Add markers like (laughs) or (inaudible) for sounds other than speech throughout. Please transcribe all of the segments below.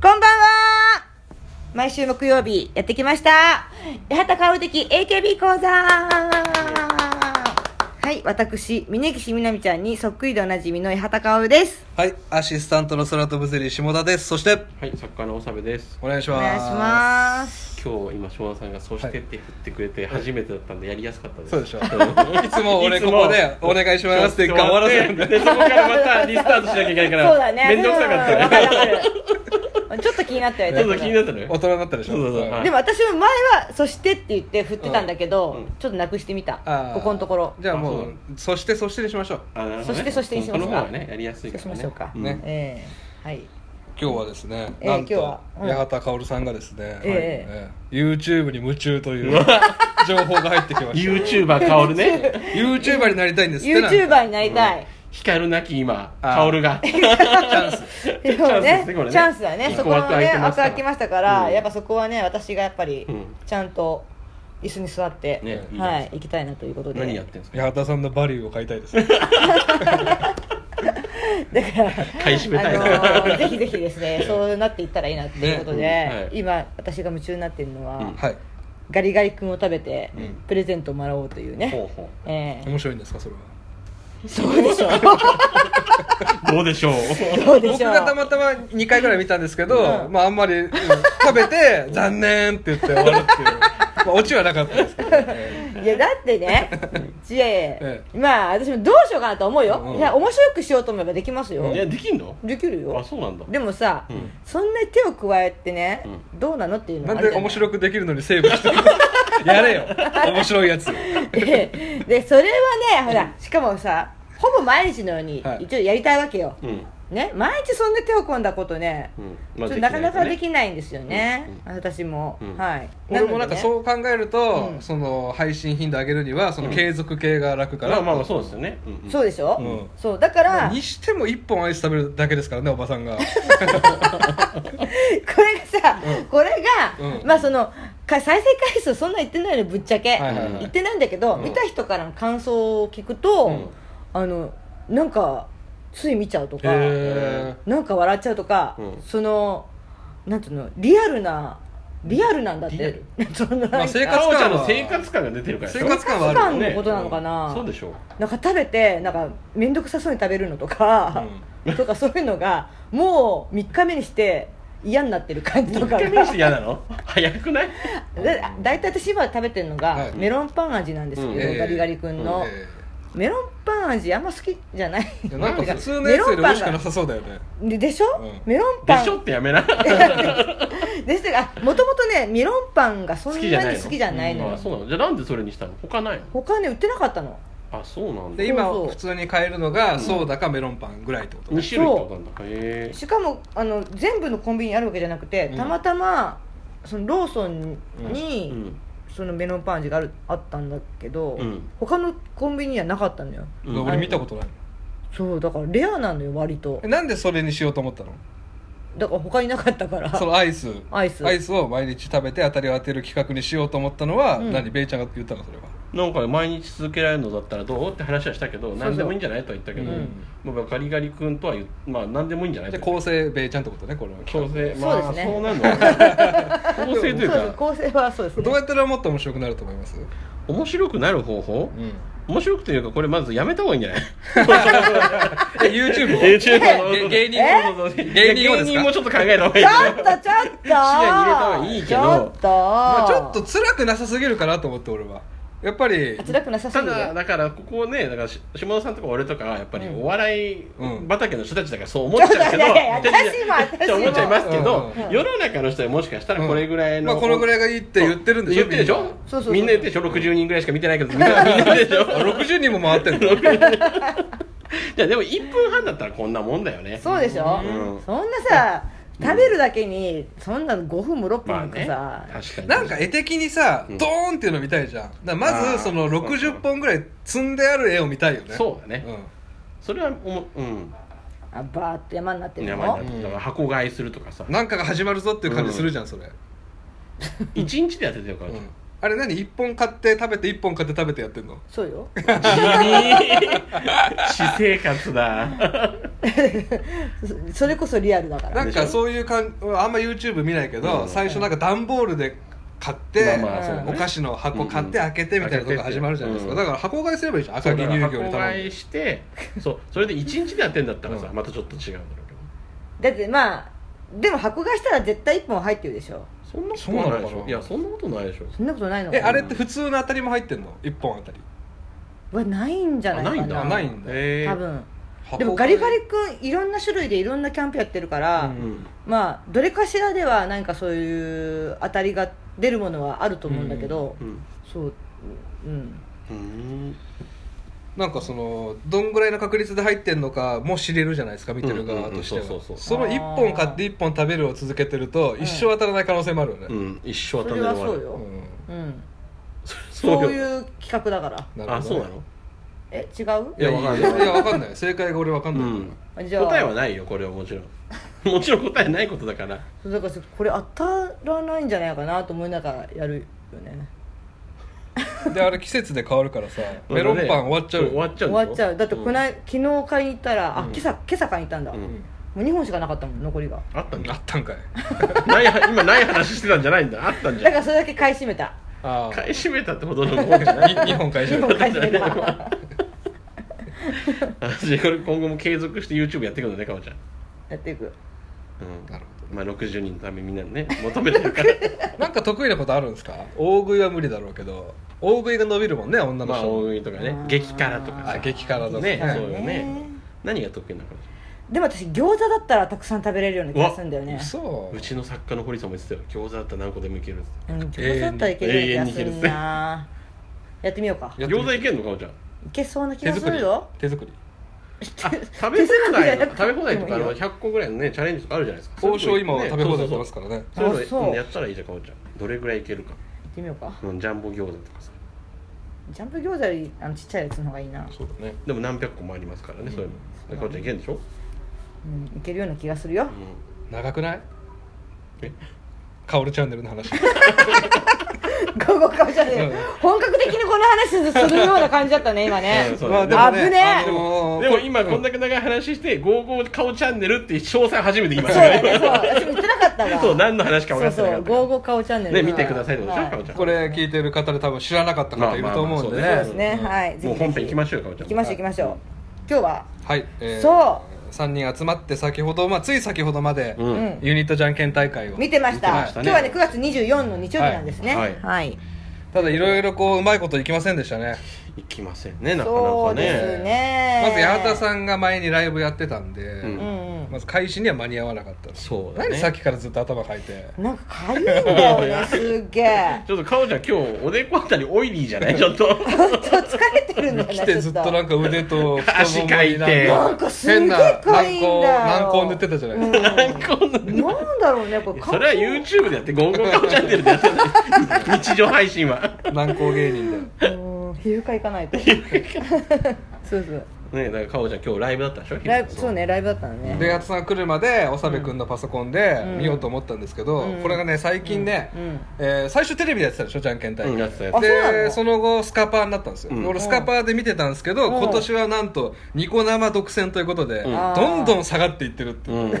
こんばんは毎週木曜日やってきました八幡薫的 AKB 講座はい、私、峯岸みなみちゃんにそっくりでおなじみの八幡薫です。はい、アシスタントの空飛ぶゼリー下田です。そして、はい、作家のおさべです。お願いしおます。願いします。今日今昭和さんがそうしてって振ってくれて初めてだったんでやりやすかったです。そうで (laughs) しょ。ょ。 (laughs) いつも俺ここで、お願いしますって終終わらわらせせるんで。でそこからまたリスタートしなきゃいけないから。そうだね。面倒くさかったうんわね。かるわ (laughs) かる。ちょっと気になったよね (laughs) ちょっと気になったね。大人になったでしょ。そうそうそうはいでも私も前は「そして」って言って振ってたんだけど、うんうんちょっとなくしてみたあーここのところじゃあも、あそそうしてそしてにしましょう。あなるほどそねしてそしてにしますかこの方がねやりやすいからね。そうしましょうかんねええはい今日はですね、えーなん今日とは、うん八幡薫さんがですね、えはいえー YouTube に夢中 (laughs) という情報が入ってきましユーチューバー薫ね。た。YouTuber になりたいんですってな。 YouTuber になりたい、光るなき今あー薫 (laughs) が。 (laughs) でもチャンスですねこれねチャンスだねうんそこはここはね開いてま枠すから開きましたから、うんやっぱそこはね私がやっぱりうんちゃんと椅子に座って、ねいいじゃはないい行きたいなということで何やってんですか。八幡さんのバリューを買いたい (laughs) ですね。だから買い占めたいな。あのーぜひぜひです (laughs) ねそうなっていったらいいなっていうことで、ねうんはい今私が夢中になってるのは、うんはい。ガリガリ君を食べて、うんプレゼントをもらおうというね、ほうほええ面白いんですか、それは。そうでしょ (laughs) ううどうでしょう。そうで僕しょうがたまたま2回ぐらい見たんですけど、うんまああんまり、うん食べて (laughs) 残念って言って終わるっていう、まあ、オチはなかったですけど、ね、いやだってねいやいやいやえまあ私もどうしようかなと思うよ、うんいや面白くしようと思えばできますよ、いやできんの？できるよあそうなんだ。でもさ、うんそんなに手を加えてね、どうなのっていうのなんもあるでじゃい面白くできるのにセーブしてる (laughs) のやれよ面白いやつで (laughs) でそれはねほらしかもさほぼ毎日のようにはい一応やりたいわけよ、うんね毎日そんな手を込んだことね、うちん。ょっとなかなかでん。きないんですよね、私も、うんはい俺もなんかうそう考えると、うんその配信頻度上げるにはその継続系が楽かまら、あまあまあそうですよね。うんうんそうでしょ、うんそうだからにしても1本アイス食べるだけですからねおばさんがこれがさ、うんこれが、うんまあそのか再生回数そんな言ってないのぶっちゃけ、はいはいはい言ってないんだけど、うん見た人からの感想を聞くと、うんあのなんかつい見ちゃうとか、へなんか笑っちゃうとか、うんそのなんていうのリアルなリアルなんだっリアて (laughs) ルそのなんかまあ生活あおちゃんの生活感が出てるからでしょ生活感はある生活感のことなのかなそうでしょうなんか食べてなんか面倒くさそうに食べるのとか、とかそういうのがもう3日目にして嫌になってる感じと一か回目にして嫌なの早くないだ大体私今食べてるのが、はいメロンパン味なんですけど、うんええガリガリ君の、えメロンパン味あんま好きじゃないえいやなんか普通のやつより美味しくなさそうだよねででしょ、うんメロンでパンしょってやめな (laughs) ですがもともとねメロンパンがそ好んきじゃなないにの好きじゃないのよあそうなのじゃあなんでそれにしたの他ないの他ね売ってなかったのあそうなんだで2今そうそう普通に買えるのがソーダかメロンパンぐらいってことね種類ってことなんだへえしかもあの全部のコンビニにあるわけじゃなくてうんたまたまそのローソンに、うんそのメロンパン味があるあったんだけど、うん他のコンビニにはなかったのようん俺見たことないそうだからレアなのよ割とえなんでそれにしようと思ったのだから他になかったからそのアイスアイスを毎日食べて当たりを当てる企画にしようと思ったのは、うん何ベイちゃんが言ったのそれはなんか毎日続けられるのだったらどうって話はしたけどう何でもいいんじゃないとは言ったけどうんまあガリガリ君とは言うまあ何でもいいんじゃないじゃあ構成ベイちゃんってことねこれは構成そうまあですねそうなの (laughs) 構成とそうそいううか構成はそうですどうねやったらもっと面白くなると思います、面白くなる方法うん、面白くというかこれまずやめた方がいいんじゃないえ YouTube を YouTube げ芸人えそうそうそう芸人をですか芸人もちょっと考えた方がいちいょっとちょっと視野に入れた方がいいちけどょっと、まあ、ちょっと辛くなさすぎるかなと思って俺はやっぱり辛くなさすたぎるだだからここねだからし下田さんとか俺とかはやっぱりうんお笑いうん畑の人たちだからそう思っちゃうちょっけ (laughs) どといやいや私もちょっと私も思っちゃいますけど、うんうん世の中の人はもしかしたらこれぐらいの、まあ、このぐらいがいいって言ってるんでしょ言ってるでしょそうそうそうみんな言ってるでしょ60人ぐらいしか見てな (laughs) いけどみんなみんな言ってるでしみょんなあ60人も回ってんのじゃあでも1分半だったらこんなもんだよねそうでしょ、うんそんなさ食べるだけにそんな5分も6分まあもねさ、確かになんか絵的にさ、うんドーンっていうの見たいじゃんだからまあーずその60本ぐらい積んである絵を見たいよねそうだね、んそれはおもうんあバーって山になってる山のになってだから箱買いするとか (laughs) さなんかが始まるぞっていう感じするじゃん、それ、一日でやってたよから、うんあれ何一本買って食べて一本買って食べてやってんのそうよ地味私生活だそ (laughs) れこそリアルだからなんかそういうかんあんま YouTube 見ないけど、うん最初なんか段ボールで買って、まあまあそうねお菓子の箱買って開けてみたいなとこが始まるじゃないですか、うんだから箱買いすればいいじゃん赤そう城だ乳から業箱に買頼いむしてそうそれで1日でやってんだったらさ、うんまたちょっと違うんだろうだってまあでも箱買いしたら絶対1本入ってるでしょけどそんなそうなのことないでしかょないやそんなことないでしょそんなことないのかえなあれって普通の当たりも入ってんの1本当たりはないんじゃないかなあないんだあないんだえ多分箱買いでもガリガリ君いろんな種類でいろんなキャンプやってるから、うんまあどれかしらでは何かそういう当たりが出るものはあると思うんだけど、うんそううんうんなんかそのどんぐらいの確率で入ってんのかも知れるじゃないですか見てる側としては、うんうんうんそうそうそうその1本買って1本食べるを続けてると一生当たらない可能性もあるよね、うん一生そ当たれんなはいのそうよよ、うんうん、そそううよいう企画だからなるほどねあそうなのえ違ういやいやわかんいないやいやわかんない正解が俺わかんない、うんあじゃあ答えはないよこれはもちろん (laughs) もちろん答えないことだからそうだからこれ当たらないんじゃないかなと思いながらやるよねであれ季節で変わるからさメロンパン終わっちゃうそ終わっちゃう終んでしわっちゃょうだってこない、昨日買いに行ったらあ、うん今朝今朝買いに行ったんだ、うもんう2本しかなかったもん残りがあったんあだったんかいない今ない話してたんじゃないんだあったんじだかゃらんそれだけ買い占めたあ買い占めたってほどのもんじ (laughs) ゃないあ日本会社2本買い占めた (laughs) 私これ今後も継続して YouTube やっていくのねかおちゃん、やっていくうん、なるまあ60人のためにみんなにね求めて (laughs) るからなんか得意なことあるんですか大食いは無理だろうけど大食いが伸びるもんね女のまあ人、大食いとかねあー激辛とかあ、激辛とかねはいそうよね何が得意なのかなでも私餃子だったらたくさん食べれるような気がするんだよね嘘うちの作家の堀さんも言ってたよ餃子だったら何個でもいけるっつってうん、餃子だったらいけるような気がするなやってみようかやってみ餃子いけんの (laughs) かおちゃんいけそうな気手がす作りるよ手作りあ食べ放題の食べ放題とかあいいのよ100個ぐらいのねチャレンジとかあるじゃないですか王将今は食べ放題しそうまそすうからねそうそういあうそうのうんやったらいいじゃんかおちゃんどれぐらいいけるかやってみようかうんジャンボ餃子とかさジャンプ餃子よりあのちっちゃいやつの方がいいな、そうだねでも何百個もありますからね、そういうの。かおちゃんいけんでしょ、うん、いけるような気がするよ (laughs) 長くないえカオルチャンネルの話午後かじゃねえようん本格的にこの話するような感じだったね今ね (laughs) うんそうまあでもね危ねえあのーでも今こんだけ長い話して「ゴーゴー顔チャンネル」っていう詳細初めて言いまそうしただねねそう私も言ってなかったわそう何の話か分かってそうなそうか「ったゴーゴー顔チャンネル」ね見てくださいってことでしょかおちゃんこれ聞いてる方で多分知らなかった方いると思うんでね、まあまあまあそうですね、はいぜもうひぜ本ひ編行きましょうよかおちゃ行んきましょう行きましょう今日ははい、そう3人集まって先ほど、まあ、つい先ほどまで、うん、うんユニットじゃんけん大会を見てました見てましたね今日はね9月24の日曜日なんですねはいはいはいただいろいろこううまいこといきませんでしたね行きませんねなかなそかうですねねまず八幡んさんが前にライブやってたんで、うんうんまず開始には間に合わなかったですそうだ何ねさっきからずっと頭かいてうんなんか軽いんだよねすっげえちょっとかおちゃん今日おでこあたりオイリーじ (laughs) ゃないちょっちとょっと疲れてるん (laughs) だよね来てずっとなんか腕と太足ももかいにてなんかすげえかいんだよ軟膏軟膏塗ってたじゃないですか、こんななんだろうねこれそれは YouTube でやって「ゴーゴー顔チャンネル」でやってな (laughs) い日常配信は軟膏芸人でうん皮膚科行かないとそうそうねだからかおちゃん今日ライブだったでしょライブそうねライブだったのねで八幡さん来るまで長部君のパソコンでうん見ようと思ったんですけど、うんこれがね最近ね、うんうんえー最初テレビでやってたでしょじゃんけん大うん会、やってたやあそうなでのその後スカパーになったんですよ、うん俺スカパーで見てたんですけど、うん今年はなんとニコ生独占ということで、うんどんどん下がっていってるっていう、 (laughs) うん、い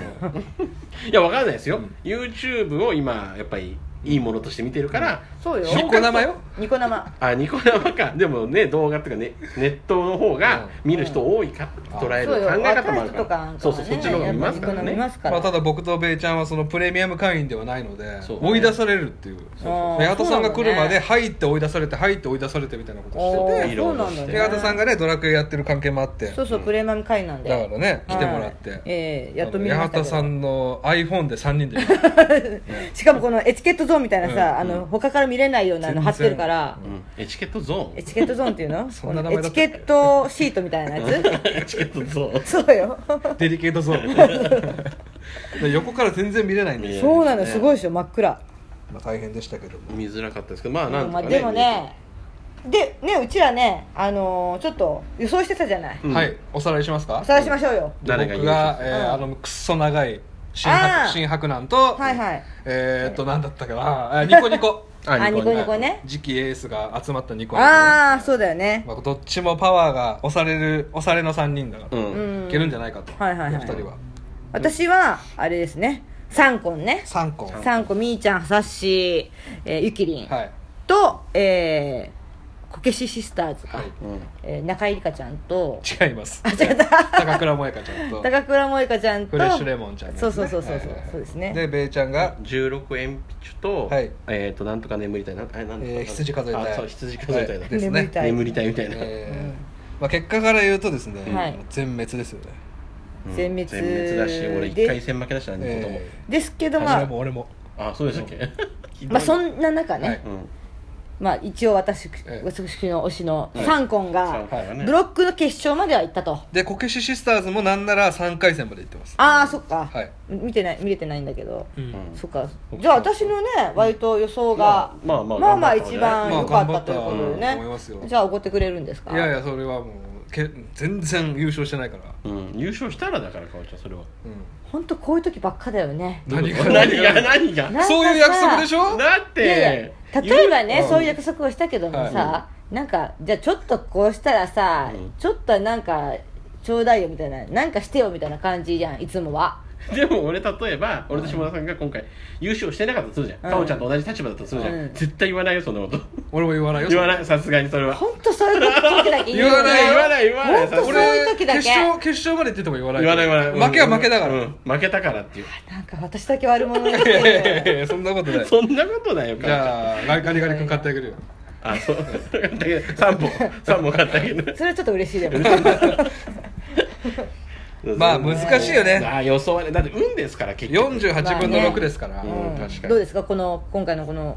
やわかんないですよ、YouTube を今やっぱりいいものとして見てるから、そうよニコ生よニコ生あニコ生かでもね動画とかねネットの方が見る人多いか、うん捉えるそうよ考え方もあ若いる人とかからなんかはねそうそうそっちの方が見ますかやらっぱニコ生見ねますからまあ、ただ僕とベイちゃんはそのプレミアム会員ではないのでそう追い出されるっていううそうで八幡さんが来るまそうなのねで入って追い出されて入って追い出されてみたいなことおしーてていろそいうろなんだしてで八幡さんねがねドラクエやってる関係もあってそうそうプレマム会なんでだからね来てもらって、はいええやっと見まあしのた八けど幡さんの iPhone で3人でしかもこのエチケットゾーンみたいなさ、うんあの他から見れないような全の然貼ってるから、うんエチケットゾエチケットゾーンっていうのそんな名前エだチったケっけットシートみたいなやーンエチケットゾーンつそうよデリケートゾー (laughs) ンで横から全然見れないんで見えすないよ、そうなのすごいでしょ真っ暗、まあ、大変でしたけども見づらかったですけどまあなんとまかあ、ね、でもねでねうちらね、あのーちょっと予想してたじゃない、うんはいおさらいしますかおさらいしましょうよ、誰が僕が、え優勝ーうんあのくっそ長い新あー白新白南と、はいはい (laughs) えー、っと何だったかなあニコニコあニコニコね次期エースが集まったニコニコねああそうだよねまあ、どっちもパワーが押される押されの3人だから、ううんんいけるんじゃないかと、はいはいはいお二人は私はあれですね3個ね3個は3個みーちゃんさっしー、えーゆきりんいとえーこけしシスターズか、はいえー中井りかちゃんと違いますあ違った高倉萌香ちゃんと高倉萌香ちゃんとフレッシュレモンちゃんのやつそねうそうそうそうそう、はいはいはいそうですねでベイちゃんが16鉛筆と、はいえっ、となんとか眠りたいなあれなんとか、えー羊数えたいあそう羊数えたいはだ、いですね眠りたい眠りたいみたいな、えーまあ、結果から言うとですね、はい全滅ですよね、うん全滅だし俺で1回戦負けだしたね二個とも、えですけーどま俺あも俺もあそうでしたっけ、まあそんな中ね、はいうんまあ一応私ええ私の推しのはいサンコンが三回はねブロックの決勝までは行ったと、でこけしシスターズもなんなら3回戦まで行ってますああそっか、はい見てない見れてないんだけど、うんんそっかじゃあ私のね割と予想が、まあまあまあまあ頑張った一ね番良かったということでまあ頑張ったね、と思いますよじゃあ怒ってくれるんですかいやいやそれはもうけ全然優勝してないから、うん、優勝したらだからかおちゃんそれはうん、本当こういう時ばっかだよね何が何が何がなんかさそういう約束でしょだっていやいや例えば言ねうそういう約束をしたけどもさ、なんかじゃあちょっとこうしたらさ、うんちょっとなんかちょうだいよみたいななんかしてよみたいな感じじゃんいつもはでも俺例えば俺と下田さんが今回優勝してなかったとするじゃん、うんかおちゃんと同じ立場だったとするじゃん、うん絶対言わないよそんなこと俺も言わないよ言わないさすがにそれは本当そういう時だけ言うよね言わない言わない言わなほいんとそういう時だ決け勝決勝まで行ってても言わない言わない言わない、負けは負けだから、うん負けたからっていうなんか私だけ悪者にしていやいや (laughs) いるやいやそんなことないそんなことないよじゃあガリガリガリ君買ってあげるよああそう3本3本買ってあげるそれはちょっと嬉しいでも (laughs) まあ難しいよねあ予想はねだって運ですから結局48分の6ですから、まあねうん確かにどうですかこの今回のこの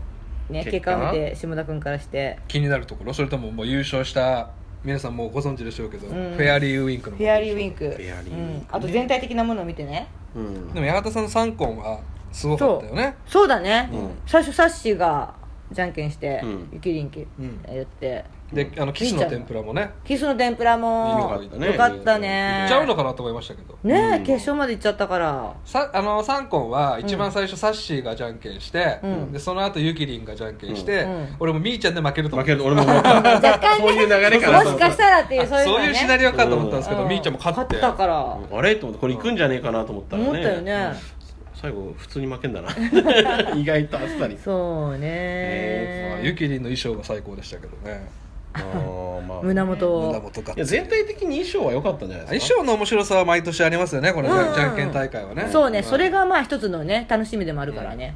ね結結果果を見て下田君からして気になるところそれとももう優勝した皆さんもうご存知でしょうけど、んフェアリーウィンクのフェアリーウィンククフェアリーウィンクねうん、あと全体的なものを見てねうんでも八幡さんの三ンはすごかったよねそうだね、うん最初サッシーがじゃんけんして、うんゆきりんきうんやって、であのキスの天ぷらもねキスの天ぷらもよかったねよかった行ねっちゃうのかなと思いましたけどねえ、うん決勝まで行っちゃったからさあの三ンは一番最初サッシーがじゃんけんして、うんでその後ゆきりんがじゃんけんして、うんうん俺もみーちゃんで負けると思負ったける俺も思った (laughs) 若干そういう流れかなもしかしたらっていうそういうのそうはねいうシナリオかと思ったんですけど、うみーちゃんも勝って勝ったから、あれと思ってこれ行くんじゃねえかなと思ったらね思ったよね最後普通に負けんだな (laughs) 意外とあっさりそうね、まあゆきりんの衣装が最高でしたけどねあーまあ胸元を胸元がいや全体的に衣装は良かったんじゃないで衣すか装の面白さは毎年ありますよねこのじゃ,、うんんけん大会はねそうね、んそれがまあ一つのね楽しみでもあるからね、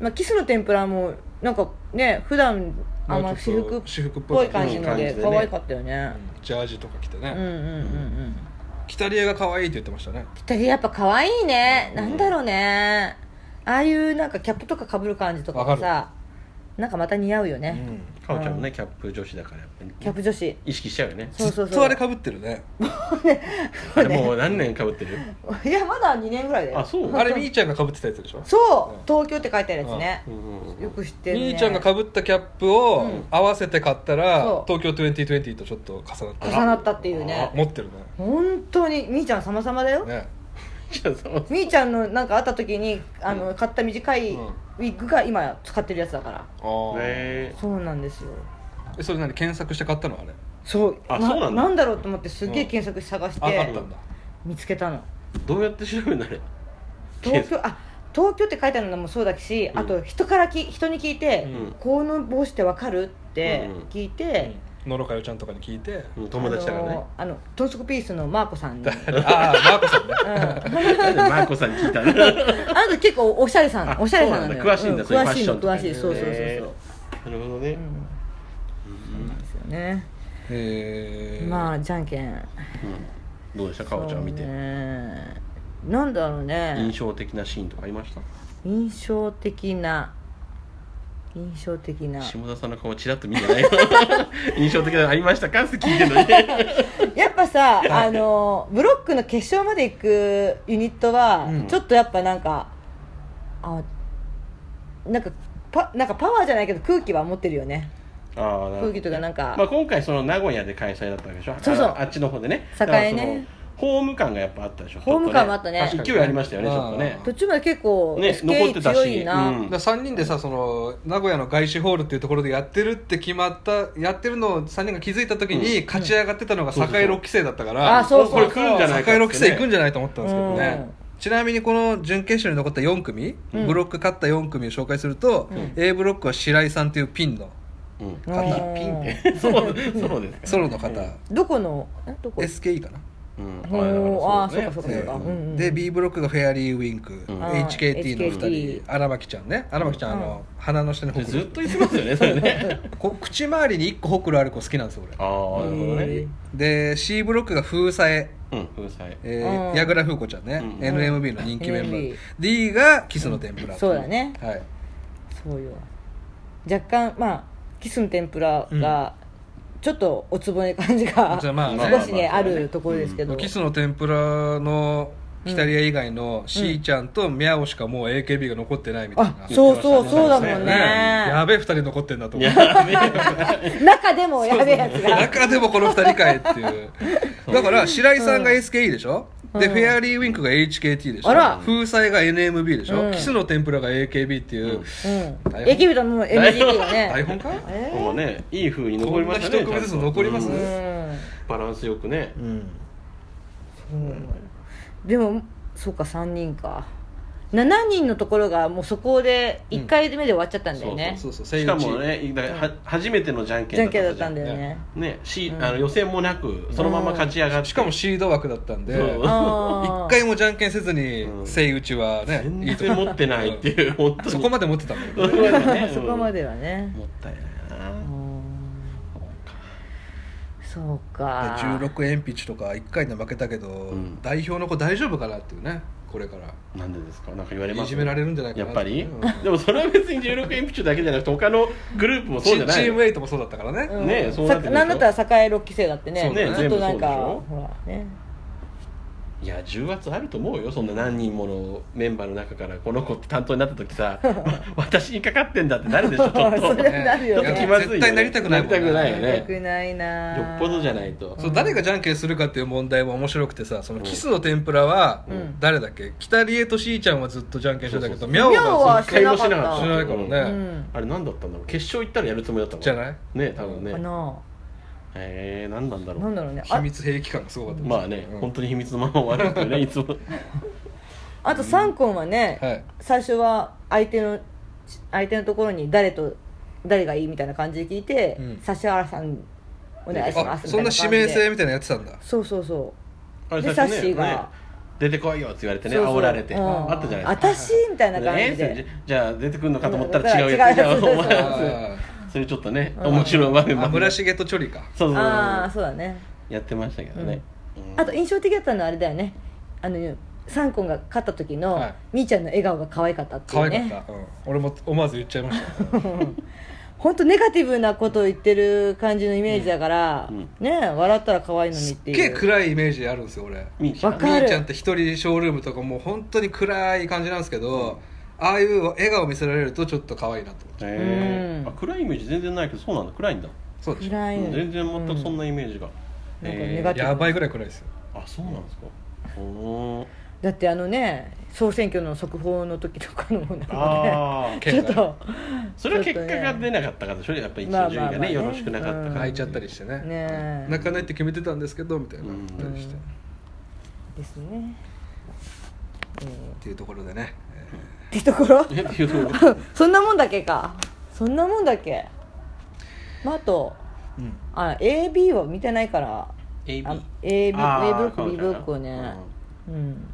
まあ、キスの天ぷらもなんかね普段あんまもうち私ょっと服っ私服っぽぽいい感じのでうん感じでね可愛かったよねジャージとか着てうんうんうね、んキタリエが可愛いって言ってましたねぴったりやっぱ可愛いね、なんだろうねああいうなんかキャップとかかぶる感じとかもわさなんかまた似合うようね、んかおちゃんもねキャップ女子だからやっぱりキャップ女子 (laughs) 意識しちゃうよねそうそうずっとそあうれかぶってるねあれもう何年か (laughs) ぶってるいやまだ2年ぐらいだよあそうあれみーちゃんがかぶってたやつでしょそう東京って書いてあるやつねう、んうんよく知ってる、ね、みーちゃんがかぶったキャップをうん合わせて買ったそらう東京2020とちょっと重なった重なったっていうねあ持ってる本当にみーちゃん様々だよ、ねねじゃあそうみーちゃんのなんかあった時にあの、買った短いウうんィッグが今使ってるやつだからあーねそうなんですよえそれ何検索して買ったのあれそうあそうなんだなんだろうと思ってすっげえうん検索して探しああてったんだ見つけたのどうやって調べるのあれ東京あ東京って書いてあるのもそうだし、うんあと人からき人に聞いて、うんこの帽子ってわかるって聞いて、うん野呂佳代ちゃんとかに聞いてうん友達だからねあのあの豚足ピースのマーコさ (laughs) んに、うん、ああマーコさんねあなんでマーコさんに聞いた (laughs) のなた結構おしゃれさんあおしゃれさんなのそようなんだ詳しいんだうそういうファ詳ッしいションのとか詳しいそうそうそうへそうなるほどうねんそうなんですよねえーまあじゃんけんうんどうでしたかおちゃん見てそうねなんだろう印ね象的なシーンとかありました印象的な印象的な下田さんの顔ちらっと見てないよ (laughs) 印象的なのありましたかって聞いてるのにやっぱさあのブロックの決勝まで行くユニットは、うんちょっとやっぱなんかあなんかパなんかパワーじゃないけど空気は持ってるよねああ空気とかなんか、まあ、今回その名古屋で開催だったわけでしょそうそうああっちの方でね栄ねだからそのホーム感がやっぱあったでしょホーム感もあったねちょと勢いありましたよねち確ょっかとにね途中まで結構ね SKE 強いな、残ってたしうんだ3人でさその名古屋の外資ホールっていうところでやってるって決まったやってるのを3人が気づいた時に勝ち上がってたのがそうそうそう栄6期生だったから、あそうそうこれ来るんじゃないか栄6期生行くんじじゃないと思ったんですけどね、ちなみにこの準決勝に残った4組、うんブロック勝った4組を紹介すると、うん A ブロックは白井さんっていうピンのゃないうん肩ピンってそうそうですかソロの方、どこのえどこ SKE かな、うんほーあだらあーそうかそうかねそうかうんうんで B ブロックがフェアリーウィンク、うん HKT の2 HKT 人荒牧ちゃんね荒牧ちゃん、あの鼻の下にほくずっろと言ってますよねそ (laughs) れねこ口周りに1個ほくろある子好きなんですよ俺ああなるほどねで C ブロックが風さえうん風彩えーうん矢倉風子ちゃんね、うん NMB の人気メンバー、 NMB D がキスの天ぷら、うんそうだねはい、そうよ若干まあキスの天ぷらが、ちょっとおつぼね感じが (laughs) じゃあまあ少しねまあまああるところですけど、キスの天ぷらのキタリア以外の C ちゃんとミャオしかもう AKB が残ってないみたいなあ、そうそうそうだもんねやべえ2人残ってんだとい思うやね中でもやべえやつが中でもこの2人かいって (laughs) いうだから白井さんが SKE でしょ、でうんフェアリーウィンクが HKT でしょあら風彩が NMB でしょ、うんキスの天ぷらが AKB っていう、うんうん台本エキビトの NGT がね台本かえーもうねいい風に残りましたこねんな一組ずつちゃんと残りますうんうんバランスよくねうんでもそうか3人か7人のところがもうそこで1回目で終わっちゃったんだよね、そうそうしかもねだからは初めてのじゃんけんじゃんけんだったんだよねね、しうんあの予選もなくそのまま勝ち上がってしかもシード枠だったんでそうあ一ー回もじゃんけんせずにうんセイウチはねいい全とこ然持ってないっていう本当にそこまで持ってたんだけどそこまでね (laughs) そこまではねうんもったいないなうんそうか16鉛筆とか1回で負けたけど、ん代表の子大丈夫かなっていうねこれからなんでですかなんか言われますいじめられるんじゃないかなやっぱり、うんでもそれは別に16鉛筆だけじゃなくて他のグループもチそうチじゃないームエイトもそうだったからね、うんねえそうなさってくるでなしょんだったら栄6期生だってねそうねちょっとなんか全部そうでしょほらねいや重圧あると思うよそんな何人ものメンバーの中からこの子って担当になった (laughs) 時さ私にかかってんだってなるでしょちょっそとれ (laughs) はなるよねちょっと気まずいよね絶対なりたくないもんなりたくないよねよくないなよっぽどじゃないとそう誰がじゃんけんするかっていう問題も面白くてさそのキスの天ぷらはうん誰だっけ、北リエとしーちゃんはずっとじゃんけんしてたけそどうそうそミャうオミャオがはずっしてなかったとしないからうね、んあれ何だったんだろう決勝行ったらやるつもりだったもんじゃないね多分ねかなえー、何なんだろうなんだろうね秘あ密兵器感がすごかったですまあね、うん本当に秘密のまま終わるんだよ (laughs) ねいつもあと3コンはね、はい最初は相手の相手のところに誰と誰がいいみたいな感じで聞いて、うん指原さんお願いしまあすみそたんいな感なじ指で名制みたいなのやってたん (laughs) だそうそうそうあれで最サッ初シーが出てこいよって言われてねそうそう煽られて、うんあったじゃないですか私みたいな感じえーじゃで、じゃあ出てくるのかと思ったら違うやつじだゃあから違うやつお前そうあそういうちょっとね面白い場面ーあも村重とチョリかそうそうそうああそうだねやってましたけどね、うんあと印象的だったのはあれだよねあのサンコンが勝った時の、はいみーちゃんの笑顔が可愛かったってい可う愛かねった、うん、俺も思わず言っちゃいました本当ネガティブなことを言ってる感じのイメージだから、うんね笑ったら可愛いのにってすっいうげえ暗いイメージあるんですよ俺みーちゃんわみかるーちゃんって一人ショールームとかもう本当に暗い感じなんですけど、ああいう笑顔見せられるとちょっと可愛いなと思っちゃうえーうんあ暗いイメージ全然ないけどそうなんだ暗いんだ、そうでしょ暗いの全然全くそんなイメージが、うんなんかえネーガティやばいぐらい暗いですよあそうなんですか (laughs) おーだってあのね総選挙の速報の時とかのもんなので、ああちょっとそれは結果が出なかったからでしょやっぱり一応順位がね,、まあまあまあねよろしくなかったから泣いちゃったりしてねねえ泣かないって決めてたんですけどみたいなうんあったりして、うんですね、うん、っっていうところでね、てとこ (laughs) ろ (laughs) えっていうところそんなもんだけかそんなもんだけまああとえーうんあ AB は見てないから AB あ AB, あー A ブロックそう B だなブロックをねうんうん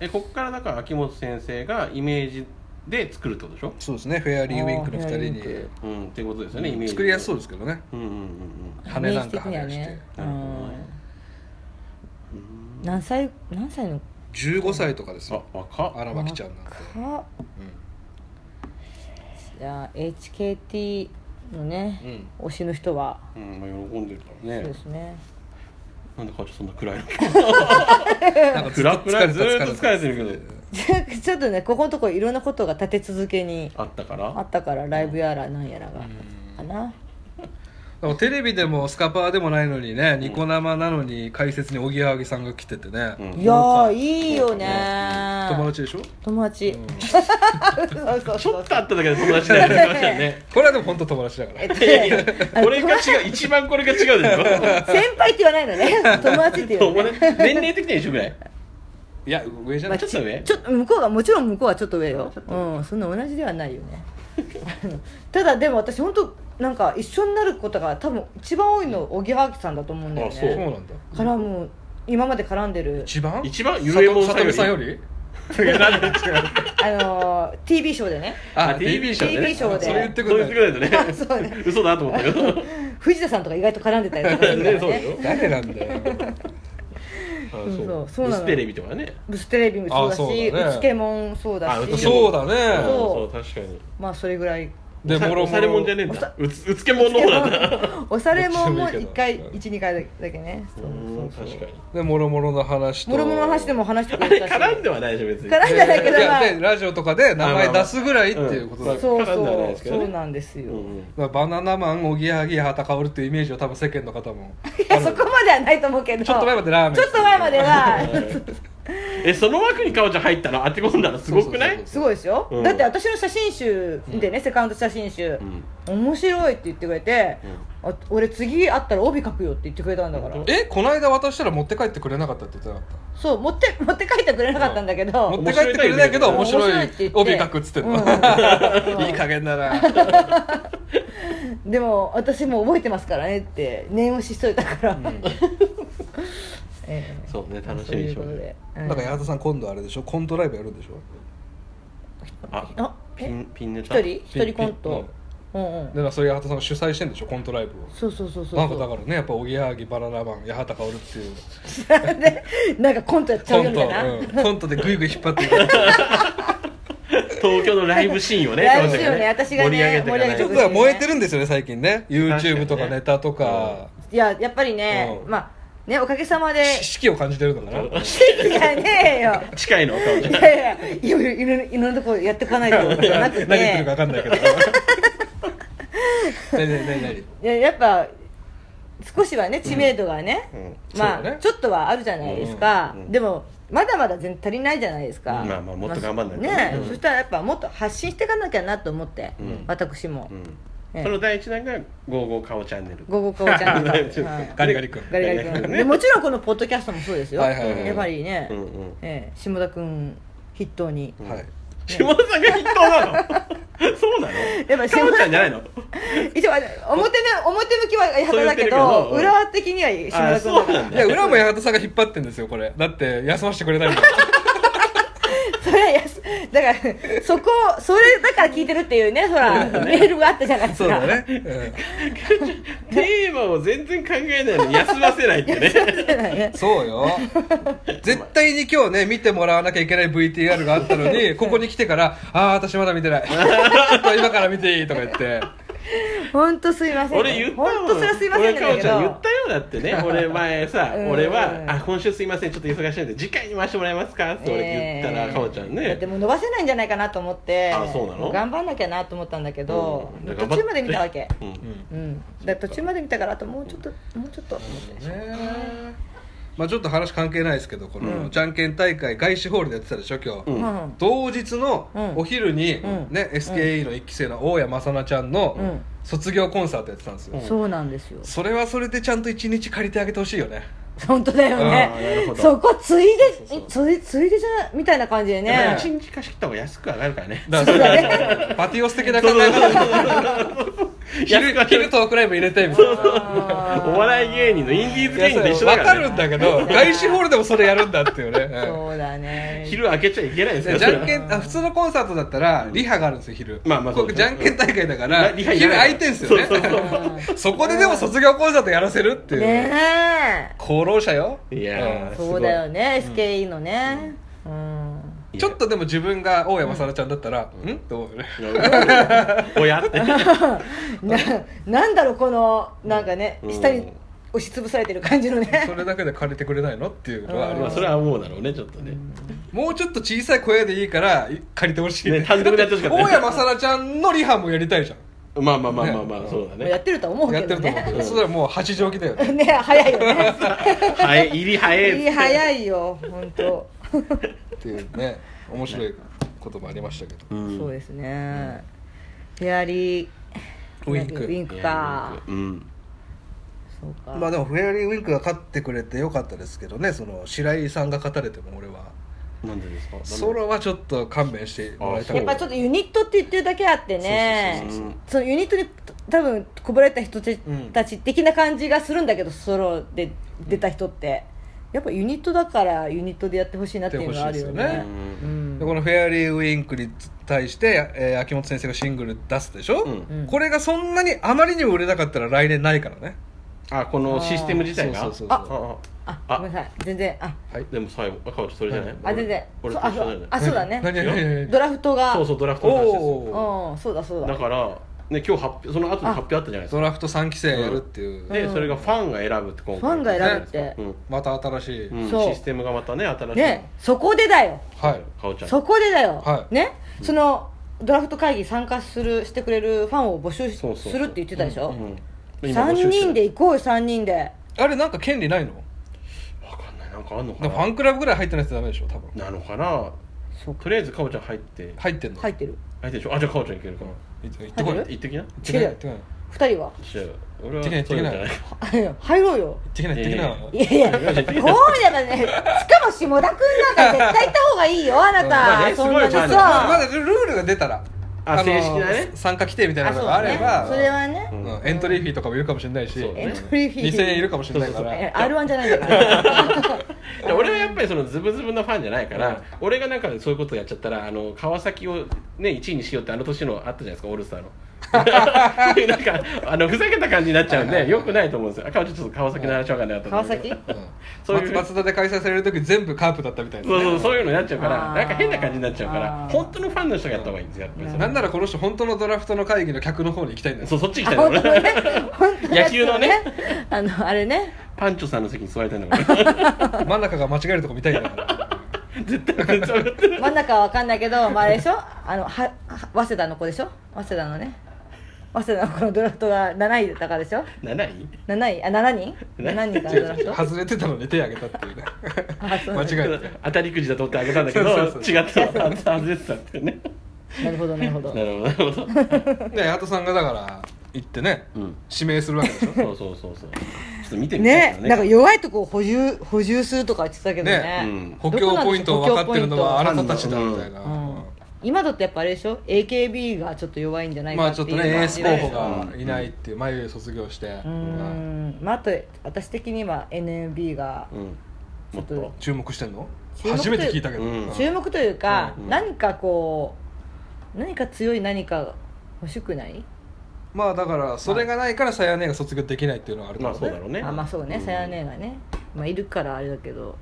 えここからだから秋元先生がイメージで作るってことでしょ、そうですねフェアリーウィンクのあーフェアリーウィン2クうん、っていうことですよ人ねイメーにジ作りやすそううですけどねうんうんうん羽イメなんかージ的にはね羽う羽してんうんうん何歳何歳の15歳とかですよあ若っ荒牧ちゃんなんて、かいや HKT のねうん、うん推しの人はうんまあ、喜んでるからそうねですね (laughs) なんでかちょっとそんな暗いのなん (laughs) かずっと暗くな疲いれずーっと疲れててるけどちょっとねここのところいろんなことが立て続けにあったかあらったからライブやらなんやらがかなでもテレビでもスカパーでもないのにね、ニコ生なのに解説におぎやはぎさんが来ててね、うんいやーいいよねー友達でしょ、友達、そうそうちそうょっとあっただけで友達になってきました (laughs) よねこれはでも本当友達だからえっとね (laughs) これが違う一番これが違うでし (laughs) 先ょ輩って言わないのね (laughs) 友達って言うのね年齢的には一緒 (laughs) ぐらいいや上じゃまなあいちょっと上ちょっと向こうがもちろん向こうはちょっと上ようんそんな同じではないよね (laughs) ただでも私本当なんか一緒になることが多分一番多いのおぎはぎさんだと思うんだよあそうねなんだからもう今まで絡んでる一番一番ゆゆるええももんさんよりさんよりいやなんで違うあのー TV ショーでねああ TV ショーでね TV ショーでそれ言ってくそう言るっんてだくれないとそうねね (laughs) 嘘だなと思ったけどね藤田さんとか意外と絡んでたりとかするから (laughs) そうねよ誰なんだよあそうそうそうブなのステレビとかねブステレビもそうだしあそうだねうつけもんそうだあうつしけもんそうだねそう確かにまあそれぐらいでもろ押されもんじゃねえんだうつうつけもんの方なんだおされもんもどっちでもいいけど1回12回だけねそうそうんうそう確かにでもろもろの話ともろもろの話でも話してくあれれたし絡んではないでしょ別に絡んでないけどいやまあでラジオとかで名前出すぐらいっていうことだまあまあまあそう絡んではないでそうすけどねそうなんですよ、うんうんだからバナナマンおぎやはぎ畑薫っていうイメージは多分世間の方もいやそこまではないと思うけどちょっと前までラーメンちょっと前まではえその枠にかおちゃん入ったの当て込んだらすごくなそういすごいですよ、うんだって私の写真集でね、セカンド写真集、ん面白いって言ってくれて、あ俺次会ったら帯書くよって言ってくれたんだから本えこの間渡したら持って帰ってくれなかったって言ってなかっそう持って持って帰ってくれなかったんだけど、た持って帰ってくれないけど面面白白いいって言って帯書くっつってんの、うん (laughs) いい加減だなでも私もう覚えてますからねって念押ししといたから、 (laughs) ええそうね楽しみにしましょということうでだから矢田さん今度あれでしょコントライブやるんでしょああピえンピンネ一タ人一人コントうんうんだからそれ矢畑さんが主催してんでしょコントライブをそうそうそうそうなんかだからねやっぱおぎやはぎバナナマン八幡薫っていうなんでなんかコントやっちゃコうよンみトたいな、うんコントでグイグイ引っ張ってい (laughs) く東京のライブシーンをねライブシーンをねかおちゃん私がね盛り上げていかないちょっとだから燃えてるんですよね最近ね YouTube とかネタとかいややっぱりね、うんまあねおかげさまでし四季を感じてるのかな違うねえよ近いのかおちゃいんやいやいろいろいろんなとこやっていかないと (laughs) じゃなく (laughs) 何言ってるてか分か (laughs) んないけど何何何何いややっぱ少しはね知名度がね、うんまそあ、うだねちょっとはあるじゃないですか、うんうんでもまだまだ全然足りないじゃないですか、まあまあもっと頑張んないとねまあね、うんそしたらやっぱもっと発信していかなきゃなと思って、うん私も、うええんその第一弾が「ゴーゴー顔チャンネル」ゴゴゴーちゃん (laughs) とか、はちょっとい、ガリガリ君ガリガリガリガリ君君ねでもちろんこのポッドキャストもそうですよはいはいはいやっぱりね、うんうんええ、下田君筆頭に、はい下田さんが筆頭なの (laughs) そうなのやっぱかおちゃんじゃないの一応あの表ね表向きは矢そ幡う言っだてけるけどど裏的には下あ田君だそうかならいんだや裏も八幡さんが引っ張ってんですよこれだって休ませてくれないんだからそれはやすだからそこそれだから聞いてるっていうねほらメールがあったじゃないですかそうだね、うんテーマを全然考えないのに休ませないってねそうだねそうよ絶対に今日ね見てもらわなきゃいけない VTR があったのにここに来てから「ああ私まだ見てないちょっと今から見ていい」とか言って本当すいません俺言ったもん本当それはすいません俺だかおけちゃん言どったよだってね俺前さうん俺は「あ今週すいませんちょっと忙しいんで次回に回してもらえますか?」って俺言ったえらえかおちゃんだってねもう伸ばせないんじゃないかなと思ってあそうなの頑張んなきゃなと思ったんだけど、うん途中まで見たわけうんうんだから途中まで見たからあともうちょっともうちょっとねまあちょっと話関係ないですけどこの、うんじゃんけん大会外資ホールでやってたでしょ今日、うんうん同日のお昼に、うんね SKE の一期生の大谷正奈ちゃんうのん卒業コンサートやってたんですよ、うんそうなんですよそれはそれでちゃんと一日借りてあげてほしいよね本当だよあーなるねほどそこついでそうそうついついでじゃみたいな感じでやっぱね一日貸し切った方が安く上がるからね (laughs) だからパティオス的な考え方で安く昼上が昼るトークライブ入れてみたいなあー (laughs) お笑い芸人のインディーズ芸人と一緒だわか、からね、るんだけど外資ホールでもそれやるんだっていうねうんそうだね昼開けちゃいけないですでよじゃんけそんあ普通のコンサートだったらリハがあるんですよ昼まあまあそう僕ですじゃんけん大会だからうんリハい昼らない空いてんすよねそうそうそううそこででも卒業コンサートやらせるっていう、ね功労者よいやえーすごいそうだよね SKE のねうんうんちょっとでも自分が大山さらちゃんだったら、うんって思うよね (laughs) おやってななんだろうこのなんかねうん下に押しつぶされてる感じのそねれだけで借りてくれないのっていうのはありままあすそれは思うだろうねちょっとねもうちょっと小さい小屋でいいからい借りてほしい、ね単独でやってほしかったね大山さらちゃんのリハもやりたいじゃんまあまあまあまあまあ、そうだまあや (laughs) っ。ねてるとは思うやっけてどると思うけねどそれはもう八丈起きだよねね早いよね早い、入り早いっつっいて。い早いよ本当、っていうね面白いこともありましたけどうんそうですね、フェアリーウィンクウィンクかうん。そうか、まあでもフェアリーウィンクが勝ってくれてよかったですけどねその白井さんが勝たれても俺はなんでですか。ソロはちょっと勘弁してもらいたやっいぱちょっとユニットって言ってるだけあってねそうそうそうそうそのユニットに多分こぼれた人んたち的な感じがするんだけど、ソロで出た人ってやっぱユニットだからユニットでやってほしいなっていうのがあるよやってねほしいですよねうんでこのフェアリーウィンクに対して、えー秋元先生がシングル出すでしょ、うんうんこれがそんなにあまりにも売れなかったら来年ないからねあ、このシステム自体が。そうそうそうあそうああごめんなさい全然あはいでも最後、あ、かおちそれじゃない。あ全然俺そとう一あ緒そだようね。あそうだね何何何何ドラフトがそうそう、ドラフトの話ですよ。おうんそうだそうだだから、ね、今日発表、その後に発表あったじゃないですドか。ラフト3期生やるっていう、で、それがファンが選ぶって、今回。ファンが選ぶってうん。また新しい、うんそうシステムがまたね、新しい。ねそこでだよはいかおちゃん。そこでだよ、はいねそのドラフト会議参加するしてくれるファンを募集しそうそうそうするって言ってたでしょ、うん今募集3してる人で行こうよ3人であれなんか権利ないのわかんない、なんかあんのかでな。ファンクラブぐらい入ってないとダメでしょ多分なのかな。そうかとりあえず、かおちゃん入って。入ってんの入ってる入ってるでしょあ、じゃ、あかおちゃんいけるかな。い行って入こいる行行ってきな。ってこい行ってこい行2人はじゃあ、俺は。行ってきな行ってきなそうじゃい入ろうよってこない行ってこないいやいやこうみたいなねしかも下田君なんか絶対行った方がいいよあなまあたねそんなにすごいまあまさだルールが出たらあの正式なね参加規定みたいなあのそうがあだれねばそれはねうんうんエントリーフィーとかもいるかもしれないし、そうだエねントリーフィー2000円いるかもしれないかえら R1 じゃないんだからで俺はやっぱりそのズブズブのファンじゃないから、俺がなんかそういうことやっちゃったらあの川崎を、ね、1位にしようってあの年のあったじゃないですかオールスターの。なんかあのふ (laughs) ざけた感じになっちゃうんでよくないと思うんですよ。あかおちちょっと川崎の話わかんないなと川思うんだけ崎どそうい松う松田で開催される時全部カープだったみたいなそうね、そうそういうのになっちゃうからあーなんか変な感じになっちゃうかあらー本当のファンの人がやった方がいいんですよやっぱりそれなんならこの人本当のドラフトの会議の客の方に行きたいんだよそうそっち行きあたい本当のだ俺ね本当だね野球のね (laughs) あのあれねパンチョさんの席に座り (laughs) たいんだから真ん中が間違えるとこ見たいんだから絶対全然上がってる真ん中はわかんないけど、まあ、あれでしょあのはは早稲田の子でしょ早稲田のね早稲田の子のドラフトが7位だからでしょ7位7位あ7人ね7人からドラフト (laughs) 外れてたのに手挙げたっていうねあそう (laughs) 間なんだ違えて当たりくじだと思ってあげたんだけどそうそうそう違った外れてたっていうねなるほどなるほどなるほどなるほどで八幡さんがだから行ってね、うん指名するわけでしょそうそうそうそう。ちょっと見てみたいねけどなんか弱いとこを補充補充するとか言ってたけどねねうん補強ポイントを分かってるのは補あ強なたたちだみたいな、ポイントうん今だってやっぱあれでしょ AKB がちょっと弱いんじゃないまかあってちいょうっとねエース候補感がいないっていう眉毛卒業して、じでううんんまああと私的には NMB がうん。もっちょっと。注目してんの注目初めて聞いたけど、うん注目というか、うん何かこう何か強い何か欲しくないまあだからそれがないからさや姉が卒業できないっていうのはあるかまあらね、そうだろうね。あまあそうねんさや。ねがね、まあ、いるからあれだけど、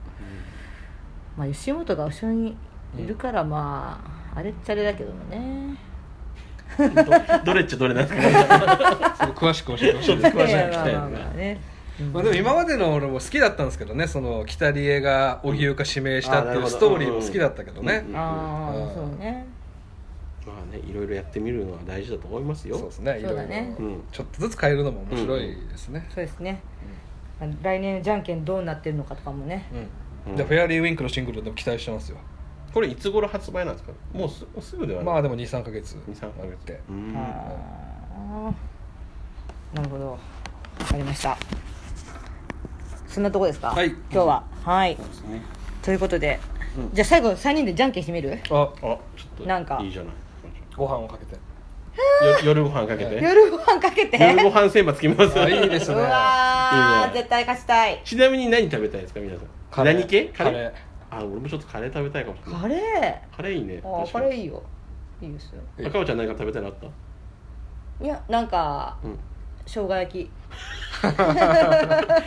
まあ、吉本が後ろにいるからまあ、あれっちゃあれだけどもねどど (laughs) れっちゃどれなんですか。それ詳しく教えてほしい詳でしすく聞きた (laughs) いまあまあまあね (laughs) まあでも今までの俺も好きだったんですけどねその北里江が荻生か指名したってあなるいほうどストーリーも好きだったけどね、うんああうんそうねまあね、いろいろやってみるのは大事だと思いますよ。そうですねいそろういろだねうん。ちょっとずつ変えるのも面白いですね、そうですね、来年じゃんけんどうなってるのかとかもねううんんでフェアリーウィンクのシングルでも期待してますよこれいつ頃発売なんですか。もうすすぐではない。まあでも23か月二三ヶあるって月。うん。はあーなるほどわかりましたそんなとこですか、はい今日ははいいですね。ということで、うんじゃあ最後3人でじゃんけんしてみるああ、ちょっと。なんかいいじゃない。ご飯をかけてよ夜ご飯かけて。夜ご飯かけて夜ご飯選抜決めます。あいいですうねわいいーね絶対勝ちたいちなみに何食べたいですか皆さん。カレー何系？カレー。あ、俺もちょっとカレー食べたいかもしれない。カレカレーいいね。ーあー確カかレーにいいよいいですよいいあかおちゃん何か食べたいのあった？いやなんかうん。生姜焼きなんか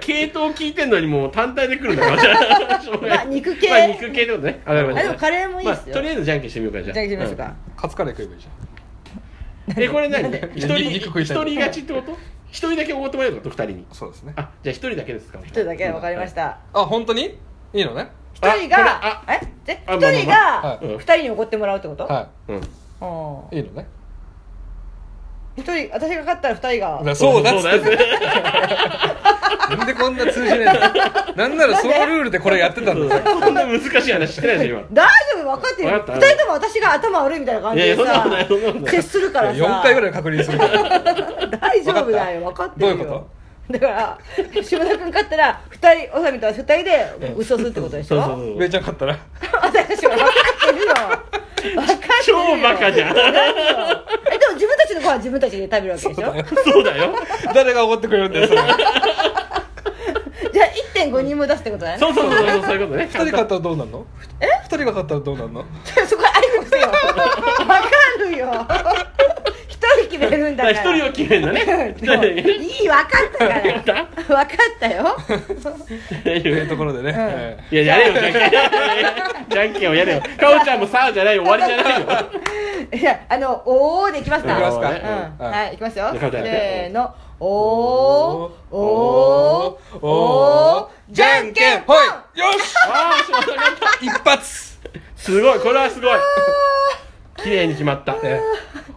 系統聞いてんのにもう単体で来るんだから。まあ肉系まあ肉系ってことね。あああでもカレーもいいですよ、とりあえずじゃんけんしてみようかじゃあ。じゃんけんしましょうか、カツカレー食えばいいじゃうん。えこれ何？一人肉肉食一いたい人勝ちってこと？一人だけおごってもらえるってこと二人にん。そうですねあじゃあ一人だけですか。一人だけわかりまし。たあ本当にいいのね一人があこえであ一人まあまあまあがはい二人におごってもらうってこと、はうん。おーいいいのね一人私が勝ったら二人がだそうだっそうつだっよてなんでこんな通じねえんだなんならそのルールでこれやってたんだよこんな難しい話してないでしょ今大丈夫分かってる分かった二人とも私が頭悪いみたいな感じでいやいやそんなさことないそんなことない接するからさ4回ぐらい確認するから (laughs) 大丈夫だよ分分かかっっるよてたどういうこだから島田君勝ったら二人おさみとは二人で嘘するってことでしそうそうょそめういちゃん勝ったら私は分かってるよ分かってるよ (laughs) 超バカじゃん何よえでも自分たちのご飯自分たちで食べるわけでしょそうだよ誰がおごってくれるんだよそ (laughs) れじゃあ1.5人分出すってことだねそうそうそうそうそういうことね2人勝ったらどうなんのえ2人が勝ったらどうなんのそこは愛国せよ分かるよ一人決めるんだだかか (laughs) らら一人を決めるんだ (laughs) ね一人だけねいい分かったから分かったよというところでね、はいいややれよじゃんけんじゃんけんをやれよかおちゃんもさあじゃないよ終わりじゃないよいやあの「おお」できましたいきますかうんはいいきますよせよかったよーの「おーおーおーじゃんけんぽんほいよしああ島田勝った一発すごいこれはすごい綺麗に決まったね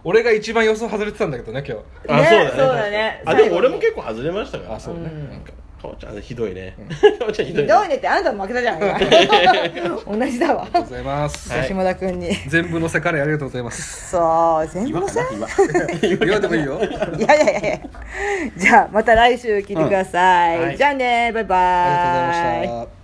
俺が一番予想外れてたんだけどね今あねそうだねそうだねあでも俺も結構外れましたか日らあそうね、うんかおちゃんひどいねかおちゃんひどひいどいねねってあなたも負けたじゃん今同じだわありがとうございます、はい島田君に全部のせカレーありがとうござ (laughs) いますそう全部今のかせな今言わでもいいよいやいやいやいやじゃあまた来週聞いてください、うんはいじゃあねバイバイありがとうございました